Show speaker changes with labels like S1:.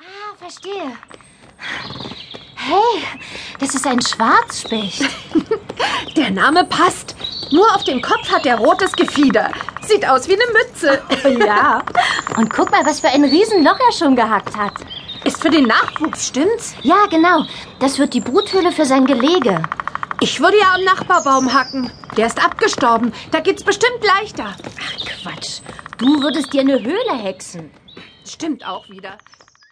S1: Ah, verstehe. Hey, das ist ein Schwarzspecht.
S2: Der Name passt. Nur auf dem Kopf hat er rotes Gefieder. Sieht aus wie eine Mütze.
S1: ja. Und guck mal, was für ein Riesenloch er schon gehackt hat.
S2: Ist für den Nachwuchs, stimmt's?
S1: Ja, genau. Das wird die Bruthöhle für sein Gelege.
S2: Ich würde ja am Nachbarbaum hacken. Der ist abgestorben. Da geht's bestimmt leichter.
S1: Ach, Quatsch. Du würdest dir eine Höhle hexen.
S2: Stimmt auch wieder.